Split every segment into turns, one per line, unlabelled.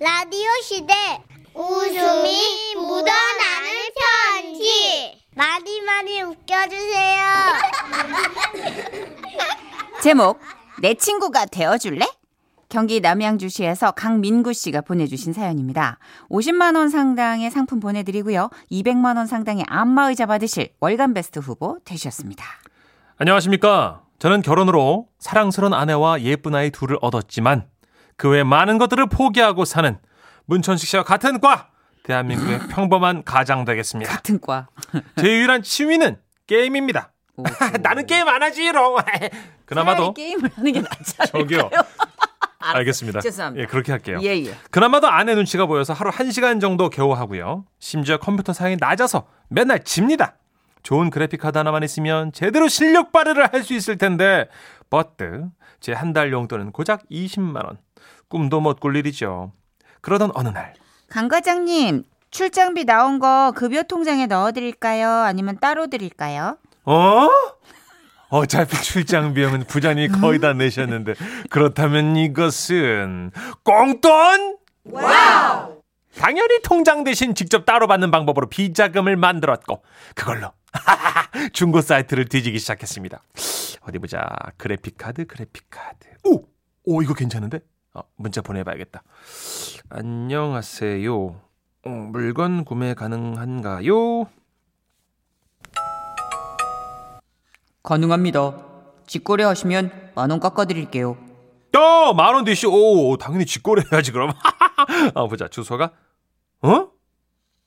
라디오 시대 웃음이 묻어나는 편지 많이 많이 웃겨주세요.
제목 내 친구가 되어줄래? 경기 남양주시에서 강민구 씨가 보내주신 사연입니다. 50만 원 상당의 상품 보내드리고요. 200만 원 상당의 안마의자 받으실 월간 베스트 후보 되셨습니다.
안녕하십니까. 저는 결혼으로 사랑스러운 아내와 예쁜 아이 둘을 얻었지만 그 외 많은 것들을 포기하고 사는 문천식 씨와 같은 과
음.
대한민국의 평범한 가장 되겠습니다.
같은 과.
제 유일한 취미는 게임입니다.
오. 그렇죠.
나는 게임 안 하지 롱.
차라리
그나마도
아, 게임을 하는 게 낫지
저기요.
않을까요?
알겠습니다.
죄송합니다.
예, 그렇게 할게요.
예예.
그나마도 아내 눈치가 보여서 하루 1시간 정도 겨우 하고요. 심지어 컴퓨터 사양이 낮아서 맨날 집니다. 좋은 그래픽 카드 하나만 있으면 제대로 실력 발휘를 할 수 있을 텐데 버트 제 한 달 용돈은 고작 20만 원. 꿈도 못 꿀 일이죠. 그러던 어느 날
강 과장님 출장비 나온 거 급여 통장에 넣어드릴까요? 아니면 따로 드릴까요?
어? 어차피 출장 비용은 부자님이 거의 다 내셨는데 그렇다면 이것은 꽁돈? 당연히 통장 대신 직접 따로 받는 방법으로 비자금을 만들었고 그걸로 중고 사이트를 뒤지기 시작했습니다. 어디 보자. 그래픽 카드, 그래픽 카드. 오, 오 이거 괜찮은데? 어, 문자 보내봐야겠다. 안녕하세요. 어, 물건 구매 가능한가요?
가능합니다. 직거래 하시면 만 원 깎아드릴게요.
야, 만원 대시. 오, 오, 당연히 직거래 해야지, 그럼. 아, 보자. 주소가. 어?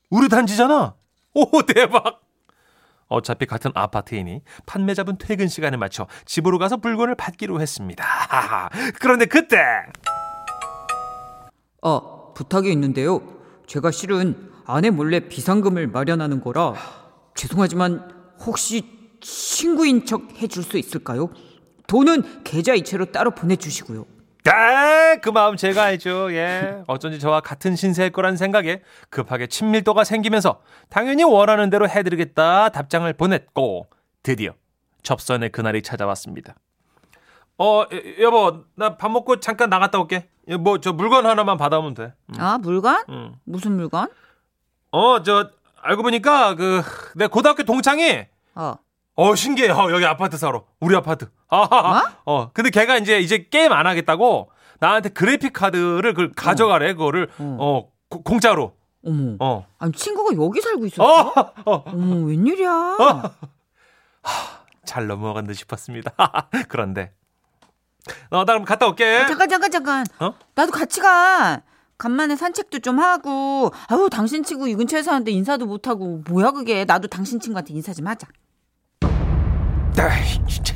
우리 단지잖아. 오, 대박. 어차피 같은 아파트이니 판매자분 퇴근 시간에 맞춰 집으로 가서 물건을 받기로 했습니다. 그런데 그때
아, 부탁이 있는데요. 제가 실은 아내 몰래 비상금을 마련하는 거라 죄송하지만 혹시 친구인 척 해줄 수 있을까요? 돈은 계좌 이체로 따로 보내주시고요.
아, 그 마음 제가 알죠. 예. 어쩐지 저와 같은 신세일 거란 생각에 급하게 친밀도가 생기면서 당연히 원하는 대로 해드리겠다 답장을 보냈고 드디어 접선의 그날이 찾아왔습니다. 어, 여- 여보, 나 밥 먹고 잠깐 나갔다 올게. 뭐 저 물건 하나만 받아오면 돼. 음,
아, 물건?
음.
무슨 물건?
어, 저 알고 보니까 그 내 고등학교 동창이
어,
어 신기해. 어, 여기 아파트 사러. 우리 아파트. 아, 어. 근데 걔가 이제 이제 게임 안 하겠다고 나한테 그래픽 카드를 그 가져가래. 그거를
어.
어 고- 공짜로.
어머.
어.
아니, 친구가 여기 살고
어.
있었어?
어.
어머, 웬일이야?
잘 넘어간 듯 싶었습니다. 그런데 어, 나 그럼 갔다 올게.
아, 잠깐, 잠깐, 잠깐.
어?
나도 같이 가. 간만에 산책도 좀 하고. 아유, 당신 친구 이 근처에 사는데 인사도 못하고. 뭐야, 그게. 나도 당신 친구한테 인사 좀 하자.
에이, 진짜.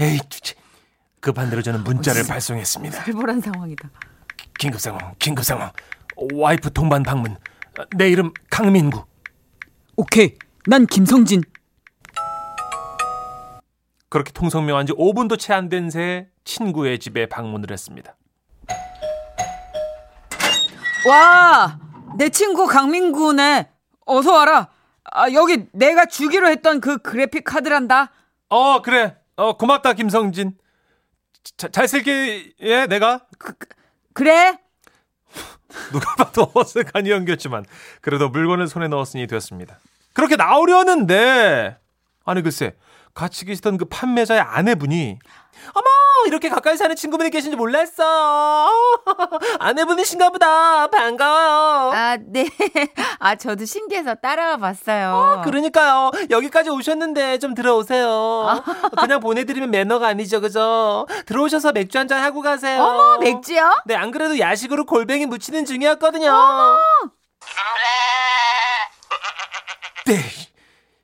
에이, 진짜. 급한 대로 저는 문자를 발송했습니다.
살벌한 상황이다.
긴급 상황. 긴급 상황. 와이프 동반 방문. 내 이름 강민구.
오케이. 난 김성진.
그렇게 통성명한 지 5분도 채 안 된 새 친구의 집에 방문을 했습니다.
와, 내 친구 강민구네. 어서 와라. 아, 여기 내가 주기로 했던 그 그래픽 카드란다.
어 그래 어 고맙다 김성진 자, 잘 쓸게 예 내가
그래?
누가 봐도 어색한 연기였지만 그래도 물건을 손에 넣었으니 되었습니다 그렇게 나오려는데 아니 글쎄 같이 계시던 그 판매자의 아내분이 어머 이렇게 가까이 사는 친구분이 계신지 몰랐어 아내분이신가 보다 반가워요
아, 네. 아, 저도 신기해서 따라와 봤어요.
그러니까요 여기까지 오셨는데 좀
아.
들어오세요 그냥 보내드리면 매너가 아니죠 그죠 들어오셔서 맥주 한잔 하고 가세요
어머, 맥주요?
네, 안 그래도 야식으로 골뱅이 무치는 중이었거든요. 네,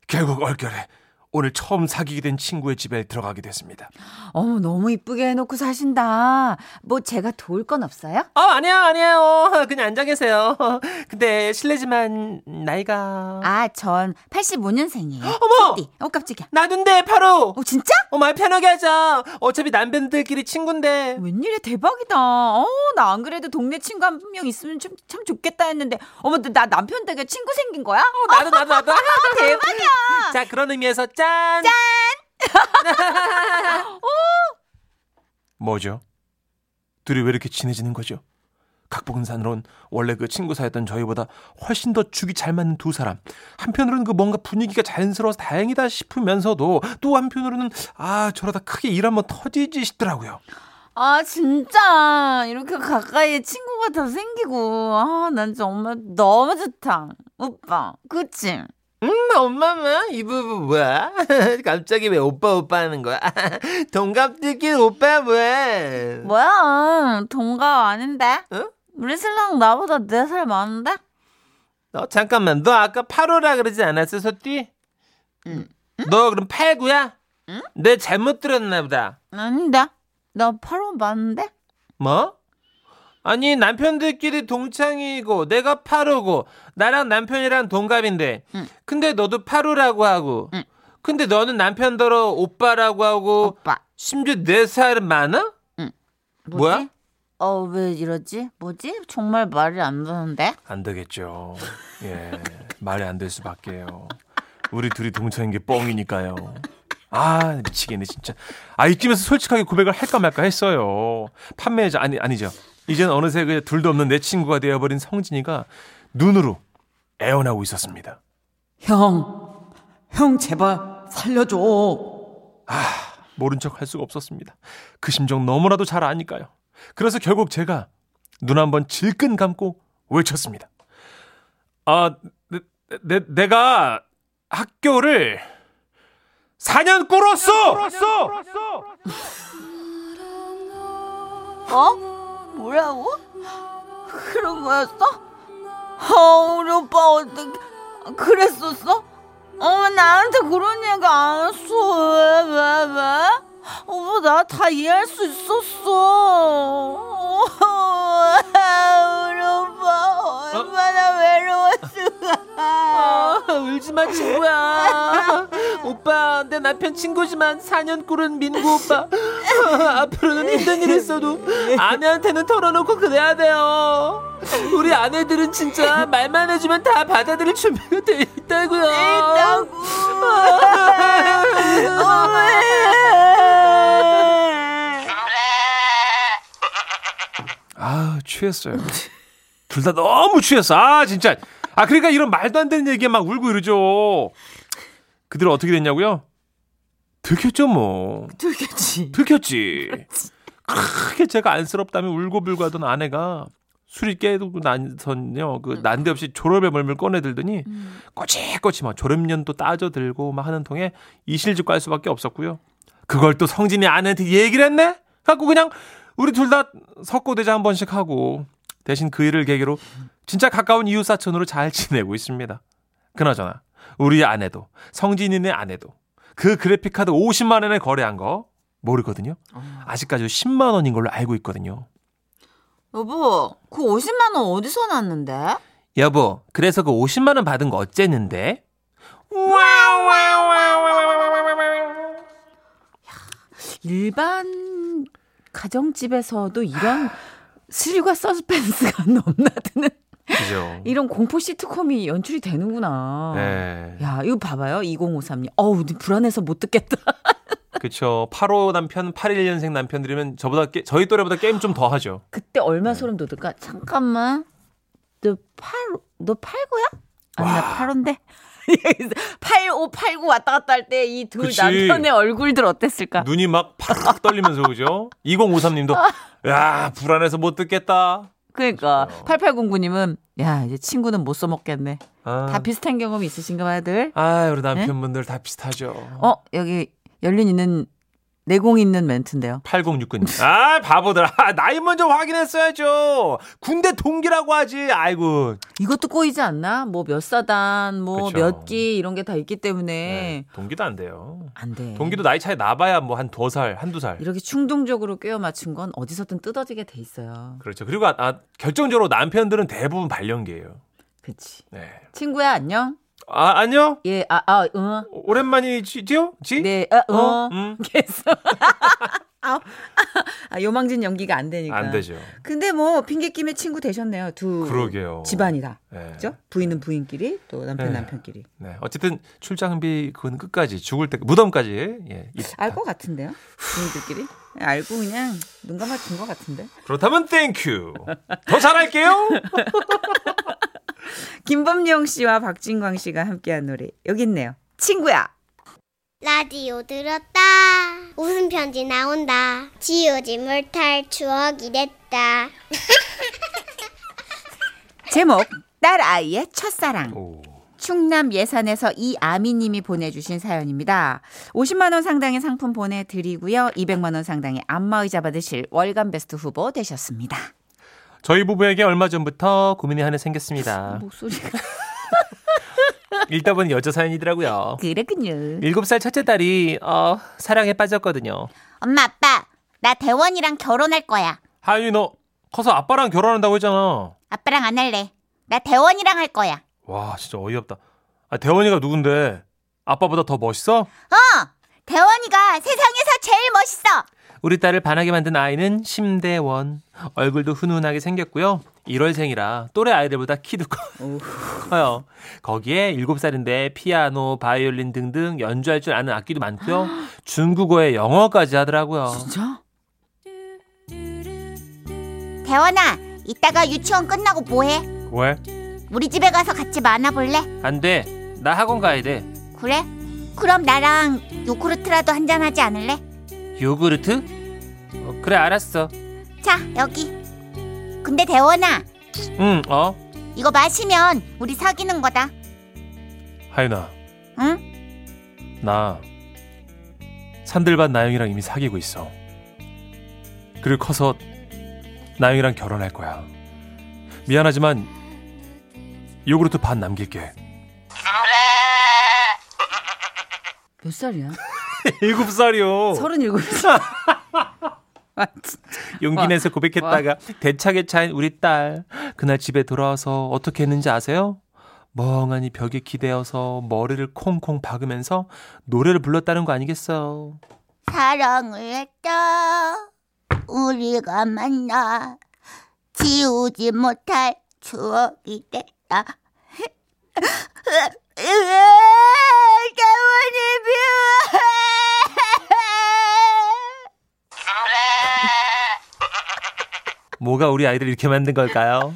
결국 얼결에 오늘 처음 사귀게 된 친구의 집에 들어가게 됐습니다.
어머, 너무 이쁘게 해놓고 사신다. 뭐 제가 도울 건 없어요?
어, 아니야, 아니에요. 그냥 앉아 계세요. 근데 실례지만 나이가
아, 전 85년생이에요.
어머!
어, 깜짝이야.
나눈데 바로.
어, 진짜?
어, 말 편하게 하자. 어차피 남편들끼리 친군데.
웬일이야 대박이다. 어, 나 안 그래도 동네 친구 한 명 있으면 참, 참 좋겠다 했는데 어머 너- 나 남편 댁에 친구 생긴 거야?
어, 나도 나도 나도. 아, 대박이야. 자, 그런 의미에서 짠. 짠. 뭐죠? 둘이 왜 이렇게 친해지는 거죠? 각본산으론 원래 그 친구 사였던 저희보다 훨씬 더 죽이 잘 맞는 두 사람. 한편으로는 그 뭔가 분위기가 자연스러워서 다행이다 싶으면서도 또 한편으로는 아 저러다 크게 일 한번 터지지 싶더라고요.
아 진짜 이렇게 가까이 친구가 더 생기고 아난 정말 너무 좋다 오빠 그치
엄마만 이 부부 뭐야? 갑자기 왜 오빠 오빠 하는 거야? 동갑들끼리 오빠 뭐야?
뭐야 동갑 아닌데
응?
우리 신랑 나보다 네 살 많은데
너 잠깐만 너 아까 8호라 그러지 않았어 소띠?
응.
너 그럼 8구야? 응? 내 잘못 들었나 보다.
아닌데 나 8호 맞는데
뭐? 아니 남편들끼리 동창이고 내가 8호고 나랑 남편이랑 동갑인데
응.
근데 너도 8호라고 하고
응.
근데 너는 남편더러 오빠라고 하고
오빠
심지어 4살 많아?
뭐지?
뭐야?
어 왜 이러지 뭐지 정말 말이 안 되는데
안 되겠죠. 예. 말이 안 될 수밖에요. 우리 둘이 동창인 게 뻥이니까요. 아, 미치겠네, 진짜. 아, 이쯤에서 솔직하게 고백을 할까 말까 했어요. 판매자, 아니, 아니죠. 이젠 어느새 그 둘도 없는 내 친구가 되어버린 성진이가 눈으로 애원하고 있었습니다.
형, 형 제발 살려줘.
모른 척 할 수가 없었습니다. 그 심정 너무나도 잘 아니까요. 그래서 결국 제가 눈 한번 질끈 감고 외쳤습니다. 아, 내, 내, 내가 학교를 4년 꿇었어!
어? 뭐라고? 그런 거였어? 어, 우리 오빠 어떻게 그랬었어? 어머 나한테 그런 얘기 안 했어 왜 왜 왜? 오빠 나 다 이해할 수 있었어 우리 오빠 얼마나 외로웠을까
아, 울지마 친구야 오빠 내 남편 친구지만 4년 꿇은 민구 오빠 앞으로는 힘든 일 있어도 아내한테는 털어놓고 그래야 돼요 우리 아내들은 진짜 말만 해주면 다 받아들일 준비가 돼 있다고요
아, 취했어요. 둘 다 너무 취했어. 아, 진짜. 아, 그러니까 이런 말도 안 되는 얘기에 막 울고 이러죠. 그들은 어떻게 됐냐고요? 들켰죠, 뭐.
들겠지.
들켰지. 크게 제가 안쓰럽다며 울고불고 하던 아내가 술이 깨고 난선요 그 난데없이 졸업의 멀물 꺼내들더니 꼬치꼬치 막 졸업년도 따져들고 막 하는 통에 이실직 갈 수밖에 없었고요. 그걸 또 성진이 아내한테 얘기를 했네? 갖고 그냥 우리 둘 다 석고대자 한 번씩 하고 대신 그 일을 계기로 진짜 가까운 이웃 사촌으로 잘 지내고 있습니다. 그나저나 우리 아내도 성진이네 아내도 그 그래픽 카드 50만 원에 거래한 거 모르거든요. 아직까지 10만 원인 걸로 알고 있거든요.
여보 그 50만 원 어디서 났는데?
여보 그래서 그 50만 원 받은 거 어쨌는데
일반 가정집에서도 이런 스릴과 서스펜스가 넘나드는
그죠?
이런 공포 시트콤이 연출이 되는구나.
네.
야, 이거 봐봐요. 2053님. 어우, 네 불안해서 못 듣겠다.
그쵸. 85 남편, 81년생 남편들이면 저보다, 게- 저희 또래보다 게임 좀 더 하죠.
그때
네.
얼마 소름 돋을까? 잠깐만. 너 8, 너 8구야? 아니, 나 8호인데. 85, 89 왔다 갔다 할 때 이 둘
그치. 그렇죠.
남편의 얼굴들 어땠을까?
눈이 막 파락 떨리면서 그죠? 2053님도 야 불안해서 못 듣겠다.
그러니까 8809님은 야 이제 친구는 못 써먹겠네. 다
아,
비슷한 경험이 있으신가 봐요, 들.
아 우리 남편분들 다 비슷하죠.
어 여기 열린 있는 내공 있는 멘트인데요.
8069님. 아 바보들. 아, 나이 먼저 확인했어야죠. 군대 동기라고 하지. 아이고.
이것도 꼬이지 않나? 뭐 몇 사단, 뭐
그쵸.
몇 기 이런 게 다 있기 때문에
네, 동기도 안 돼요.
안 돼.
동기도 나이 차이 나봐야 뭐 한 두 살, 한두 살.
이렇게 충동적으로 꿰어 맞춘 건 어디서든 뜯어지게 돼 있어요.
그렇죠. 그리고 아, 아, 결정적으로 남편들은 대부분 발령기예요.
그치.
네.
친구야 안녕.
아 안녕.
예, 아, 아, 응.
네.
오랜만이지요? 어? 지?
어?
네, 아, 응.
음.
계속.
아홉. 아, 요망진 연기가 안 되니까.
안 되죠.
근데 뭐 핑계 김에 친구 되셨네요. 두
그러게요.
집안이다.
네.
그죠? 부인은 부인끼리 또 남편 은
네.
남편끼리.
네. 어쨌든 출장비 그건 끝까지 죽을 때 무덤까지 예. 이-
알 것 같은데요? 부인들끼리? 네, 알고 그냥 눈 감아준 것 같은데.
그렇다면 땡큐. 더 잘할게요.
김범용 씨와 박진광 씨가 함께한 노래 여기 있네요. 친구야.
라디오 들었다. 웃음 편지 나온다. 지우지 못할 추억이 됐다.
제목 딸 아이의 첫사랑.
오.
충남 예산에서 이아미님이 보내주신 사연입니다. 50만 원 상당의 상품 보내드리고요. 200만 원 상당의 안마의자 받으실 월간 베스트 후보 되셨습니다.
저희 부부에게 얼마 전부터 고민이 하나 생겼습니다.
목소리가
읽다 보니 여자 사연이더라고요.
그랬군요.
7살 첫째 딸이 어, 사랑에 빠졌거든요.
엄마, 아빠, 나 대원이랑 결혼할 거야.
하윤이 너 커서 아빠랑 결혼한다고 했잖아.
아빠랑 안 할래. 나 대원이랑 할 거야.
와 진짜 어이없다. 아, 대원이가 누군데? 아빠보다 더 멋있어?
어! 대원이가 세상에서 제일 멋있어!
우리 딸을 반하게 만든 아이는 심대원. 얼굴도 훈훈하게 생겼고요. 1월생이라 또래 아이들보다 키도 커요. 거기에 7살인데 피아노, 바이올린 등등 연주할 줄 아는 악기도 많고요. 중국어에 영어까지 하더라고요.
진짜?
대원아, 이따가 유치원 끝나고 뭐해?
왜?
우리 집에 가서 같이 만화 볼래?
안 돼. 나 학원 가야 돼.
그래? 그럼 나랑 요구르트라도 한잔 하지 않을래?
요구르트? 어, 그래 알았어.
자, 여기. 근데 대원아,
응, 어?
이거 마시면 우리 사귀는 거다.
하윤아.
응?
나 산들반 나영이랑 이미 사귀고 있어. 그리고 커서 나영이랑 결혼할 거야. 미안하지만 요구르트 반 남길게.
몇 살이야?
일곱 살이요.
37살. 아, 진짜.
용기 내서 고백했다가 대차게 차인 우리 딸. 그날 집에 돌아와서 어떻게 했는지 아세요? 멍하니 벽에 기대어서 머리를 콩콩 박으면서 노래를 불렀다는 거 아니겠어요?
사랑을 했다. 우리가 만나 지우지 못할 추억이 됐다. 대원이
뭐가 우리 아이들 이렇게 만든 걸까요?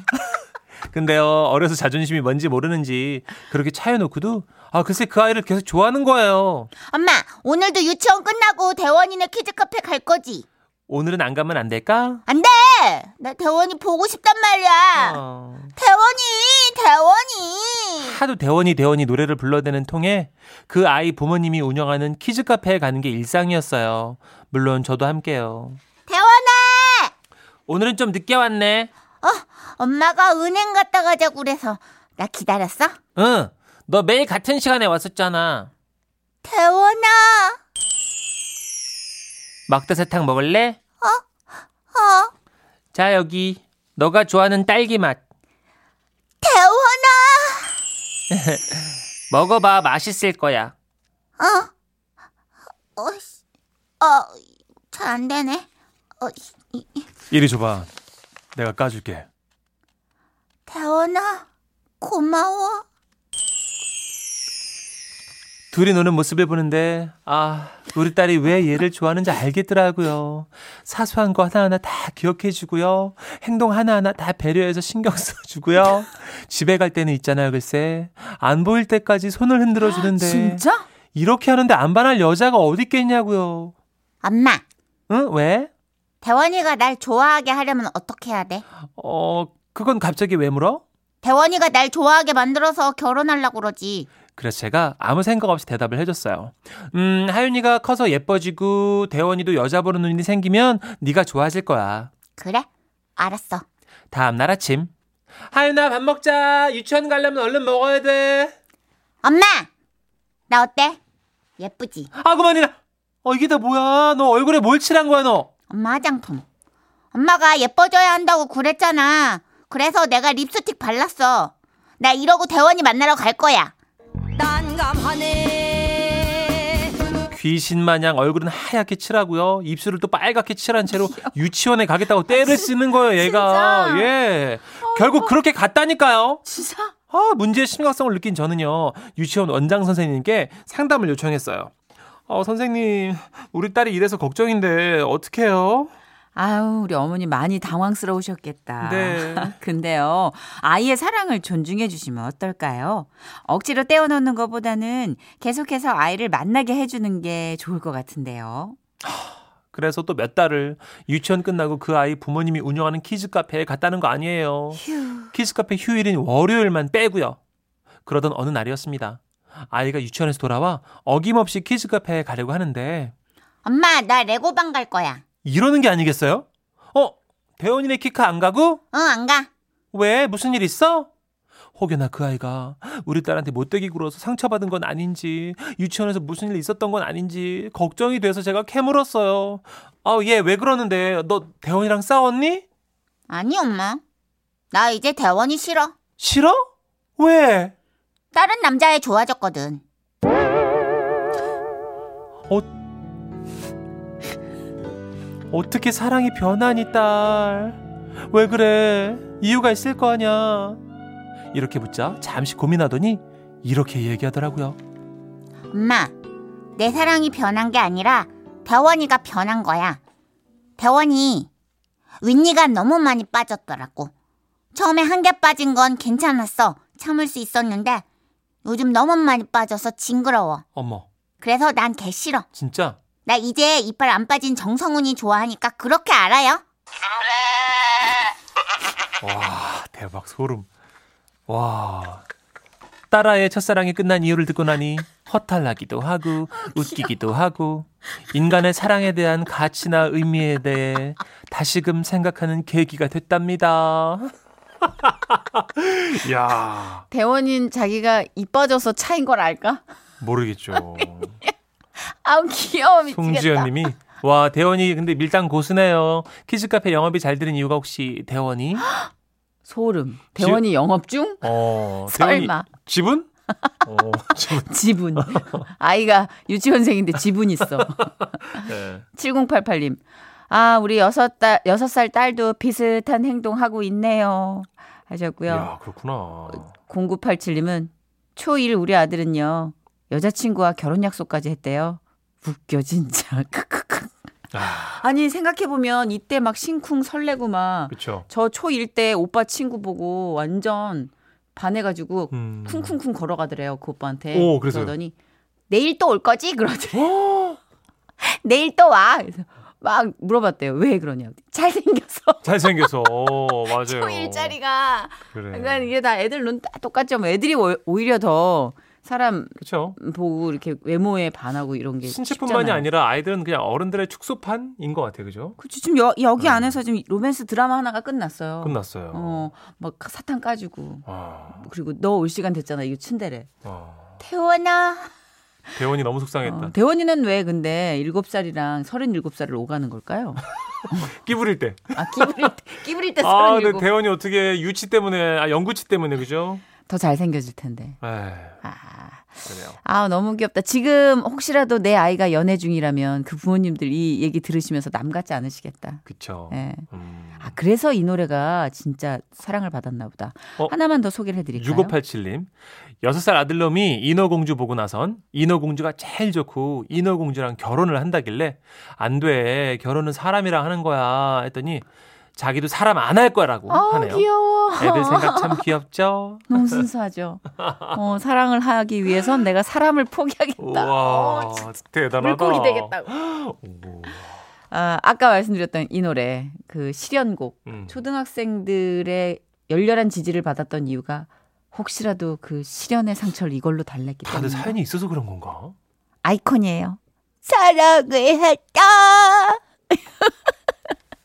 근데요 어려서 자존심이 뭔지 모르는지 그렇게 차여놓고도 아 글쎄 그 아이를 계속 좋아하는 거예요.
엄마, 오늘도 유치원 끝나고 대원이네 키즈카페 갈 거지?
오늘은 안 가면 안 될까?
안 돼! 나 대원이 보고 싶단 말이야.
어.
대원이, 대원이.
하도 대원이 대원이 노래를 불러대는 통에 그 아이 부모님이 운영하는 키즈 카페에 가는 게 일상이었어요. 물론 저도 함께요.
대원아!
오늘은 좀 늦게 왔네.
엄마가 은행 갔다 가자고 그래서 나 기다렸어?
응. 너 매일 같은 시간에 왔었잖아.
대원아!
막대 사탕 먹을래?
어?
자 여기 너가 좋아하는 딸기 맛
대원아!
먹어봐 맛있을 거야.
어, 씨. 어, 잘 안 되네. 어, 씨. 이- 이-
이리 줘봐. 내가 까줄게.
대원아, 고마워.
둘이 노는 모습을 보는데 아 우리 딸이 왜 얘를 좋아하는지 알겠더라고요. 사소한 거 하나하나 다 기억해주고요. 행동 하나하나 다 배려해서 신경 써주고요. 집에 갈 때는 있잖아요 글쎄 안 보일 때까지 손을 흔들어 주는데
진짜?
이렇게 하는데 안 반할 여자가 어디 있겠냐고요.
엄마,
응 왜?
대원이가 날 좋아하게 하려면 어떻게 해야 돼?
어 그건 갑자기 왜 물어?
대원이가 날 좋아하게 만들어서 결혼하려고 그러지.
그래서 제가 아무 생각 없이 대답을 해줬어요. 음, 하윤이가 커서 예뻐지고 대원이도 여자 보는 눈이 생기면 네가 좋아질 거야.
그래? 알았어.
다음 날 아침. 하윤아 밥 먹자. 유치원 가려면 얼른 먹어야 돼.
엄마! 나 어때? 예쁘지?
아 그만이라. 어 이게 다 뭐야? 너 얼굴에 뭘 칠한 거야 너?
엄마 화장품. 엄마가 예뻐져야 한다고 그랬잖아. 그래서 내가 립스틱 발랐어. 나 이러고 대원이 만나러 갈 거야.
난감하네
귀신 마냥 얼굴은 하얗게 칠하고요. 입술을 또 빨갛게 칠한 채로 유치원에 가겠다고 떼를 쓰는 거예요, 얘가.
아, 진짜? 아,
예. 결국 그렇게 갔다니까요.
진짜?
아, 문제의 심각성을 느낀 저는요. 유치원 원장 선생님께 상담을 요청했어요. 어, 선생님, 우리 딸이 이래서 걱정인데 어떻게 해요?
아유, 우리 어머니 많이
아.
당황스러우셨겠다.
네.
근데요, 아이의 사랑을 존중해 주시면 어떨까요? 억지로 떼어놓는 것보다는 계속해서 아이를 만나게 해주는 게 좋을 것 같은데요.
그래서 또 몇 달을 유치원 끝나고 그 아이 부모님이 운영하는 키즈 카페에 갔다는 거 아니에요. 키즈 카페 휴일인 월요일만 빼고요. 그러던 어느 날이었습니다. 아이가 유치원에서 돌아와 어김없이 키즈 카페에 가려고 하는데
엄마, 나 레고방 갈 거야.
이러는 게 아니겠어요? 어, 대원이네 키카 안 가고?
응, 안 가.
왜? 무슨 일 있어? 혹여나 그 아이가 우리 딸한테 못되게 굴어서 상처받은 건 아닌지 유치원에서 무슨 일 있었던 건 아닌지 걱정이 돼서 제가 캐물었어요. 아, 얘 왜 그러는데? 너 대원이랑 싸웠니?
아니, 엄마. 나 이제 대원이 싫어.
싫어? 왜?
다른 남자애 좋아졌거든.
어떻게 사랑이 변하니 딸? 왜 그래? 이유가 있을 거 아냐? 이렇게 묻자 잠시 고민하더니 이렇게 얘기하더라고요.
엄마, 내 사랑이 변한 게 아니라 대원이가 변한 거야. 대원이 윗니가 너무 많이 빠졌더라고. 처음에 한 개 빠진 건 괜찮았어. 참을 수 있었는데 요즘 너무 많이 빠져서 징그러워.
어머,
그래서 난 개 싫어.
진짜?
나 이제 이빨 안 빠진 정성훈이 좋아하니까 그렇게 알아요?
와, 아, 대박 소름. 와. 딸아의 첫사랑이 끝난 이유를 듣고 나니 허탈하기도 하고
아,
웃기기도 하고 인간의 사랑에 대한 가치나 의미에 대해 다시금 생각하는 계기가 됐답니다. 야.
대원인 자기가 이뻐져서 차인 걸 알까? 아,
모르겠죠.
네, 아우 귀여워 미치겠다.
송지연님이 와 대원이 근데 밀당 고수네요. 키즈 카페 영업이 잘 되는 이유가 혹시 대원이?
소름. 대원이 영업 중?
어 대원이
설마.
지분? 어 지분.
지분. 아이가 유치원생인데 지분 있어.
네.
7088님. 아, 우리 여섯 딸, 여섯 살 딸도 비슷한 행동하고 있네요. 하셨고요.
야 그렇구나.
0987님은 초1 우리 아들은요. 여자친구와 결혼 약속까지 했대요. 웃겨 진짜. 크크크.
아
아니 생각해보면 이때 막 심쿵 설레고 막 저
그렇죠.
초1 때 오빠 친구 보고 완전 반해가지고
음.
쿵쿵쿵 걸어가더래요 그 오빠한테.
오, 그래서요? 어?
그러더니 내일 또 올 거지 그러더래. 내일 또 와. 그래서 막 물어봤대요. 왜 그러냐고. 잘생겨서.
잘생겨서 어, 맞아요.
또 일자리가. 그러니까
그래.
이게 다 애들 눈 다 똑같죠. 뭐 애들이 오- 오히려 더 사람
그렇죠.
보고 이렇게 외모에 반하고 이런 게
신체뿐만이
음, 쉽잖아요. 그렇죠.
아니라 아이들은 그냥 어른들의 축소판인 것 같아요, 그죠?
그치 지금 여, 여기
음.
안에서 지금 로맨스 드라마 하나가 끝났어요.
끝났어요.
어, 막 사탕 까주고
아,
그리고 너 올 시간 됐잖아. 이거 츤데레.
아.
태원아.
대원이 너무 속상했다.
어, 대원이는 왜 근데 7살이랑 37살을 오가는 걸까요?
끼부릴 때.
아, 끼부릴 때, 끼부릴 때
아, 근데
37.
대원이 어떻게 유치 때문에, 아, 연구치 때문에, 그죠?
더 잘생겨질 텐데.
에이.
아,
그래요.
아, 너무 귀엽다. 지금 혹시라도 내 아이가 연애 중이라면 그 부모님들 이 얘기 들으시면서 남 같지 않으시겠다.
그쵸.
예.
음.
아, 그래서 이 노래가 진짜 사랑을 받았나 보다.
어?
하나만 더 소개를 해드릴까요?
6587님. 6살 아들놈이 인어공주 보고 나선 인어공주가 제일 좋고 인어공주랑 결혼을 한다길래 안 돼. 결혼은 사람이랑 하는 거야. 했더니 자기도 사람 안 할 거라고 하네요.
어, 귀여워.
애들 생각 참 귀엽죠?
너무 순수하죠. 어, 사랑을 하기 위해선 내가 사람을 포기하겠다.
우와, 대단하다.
어, 물고기 되겠다고.
오,
아, 아까 말씀드렸던 이 노래, 그 실연곡.
음.
초등학생들의 열렬한 지지를 받았던 이유가 혹시라도 그 실연의 상처를 이걸로 달랬기 때문에
다들 사연이 있어서 그런 건가?
아이콘이에요.
사랑을 했다.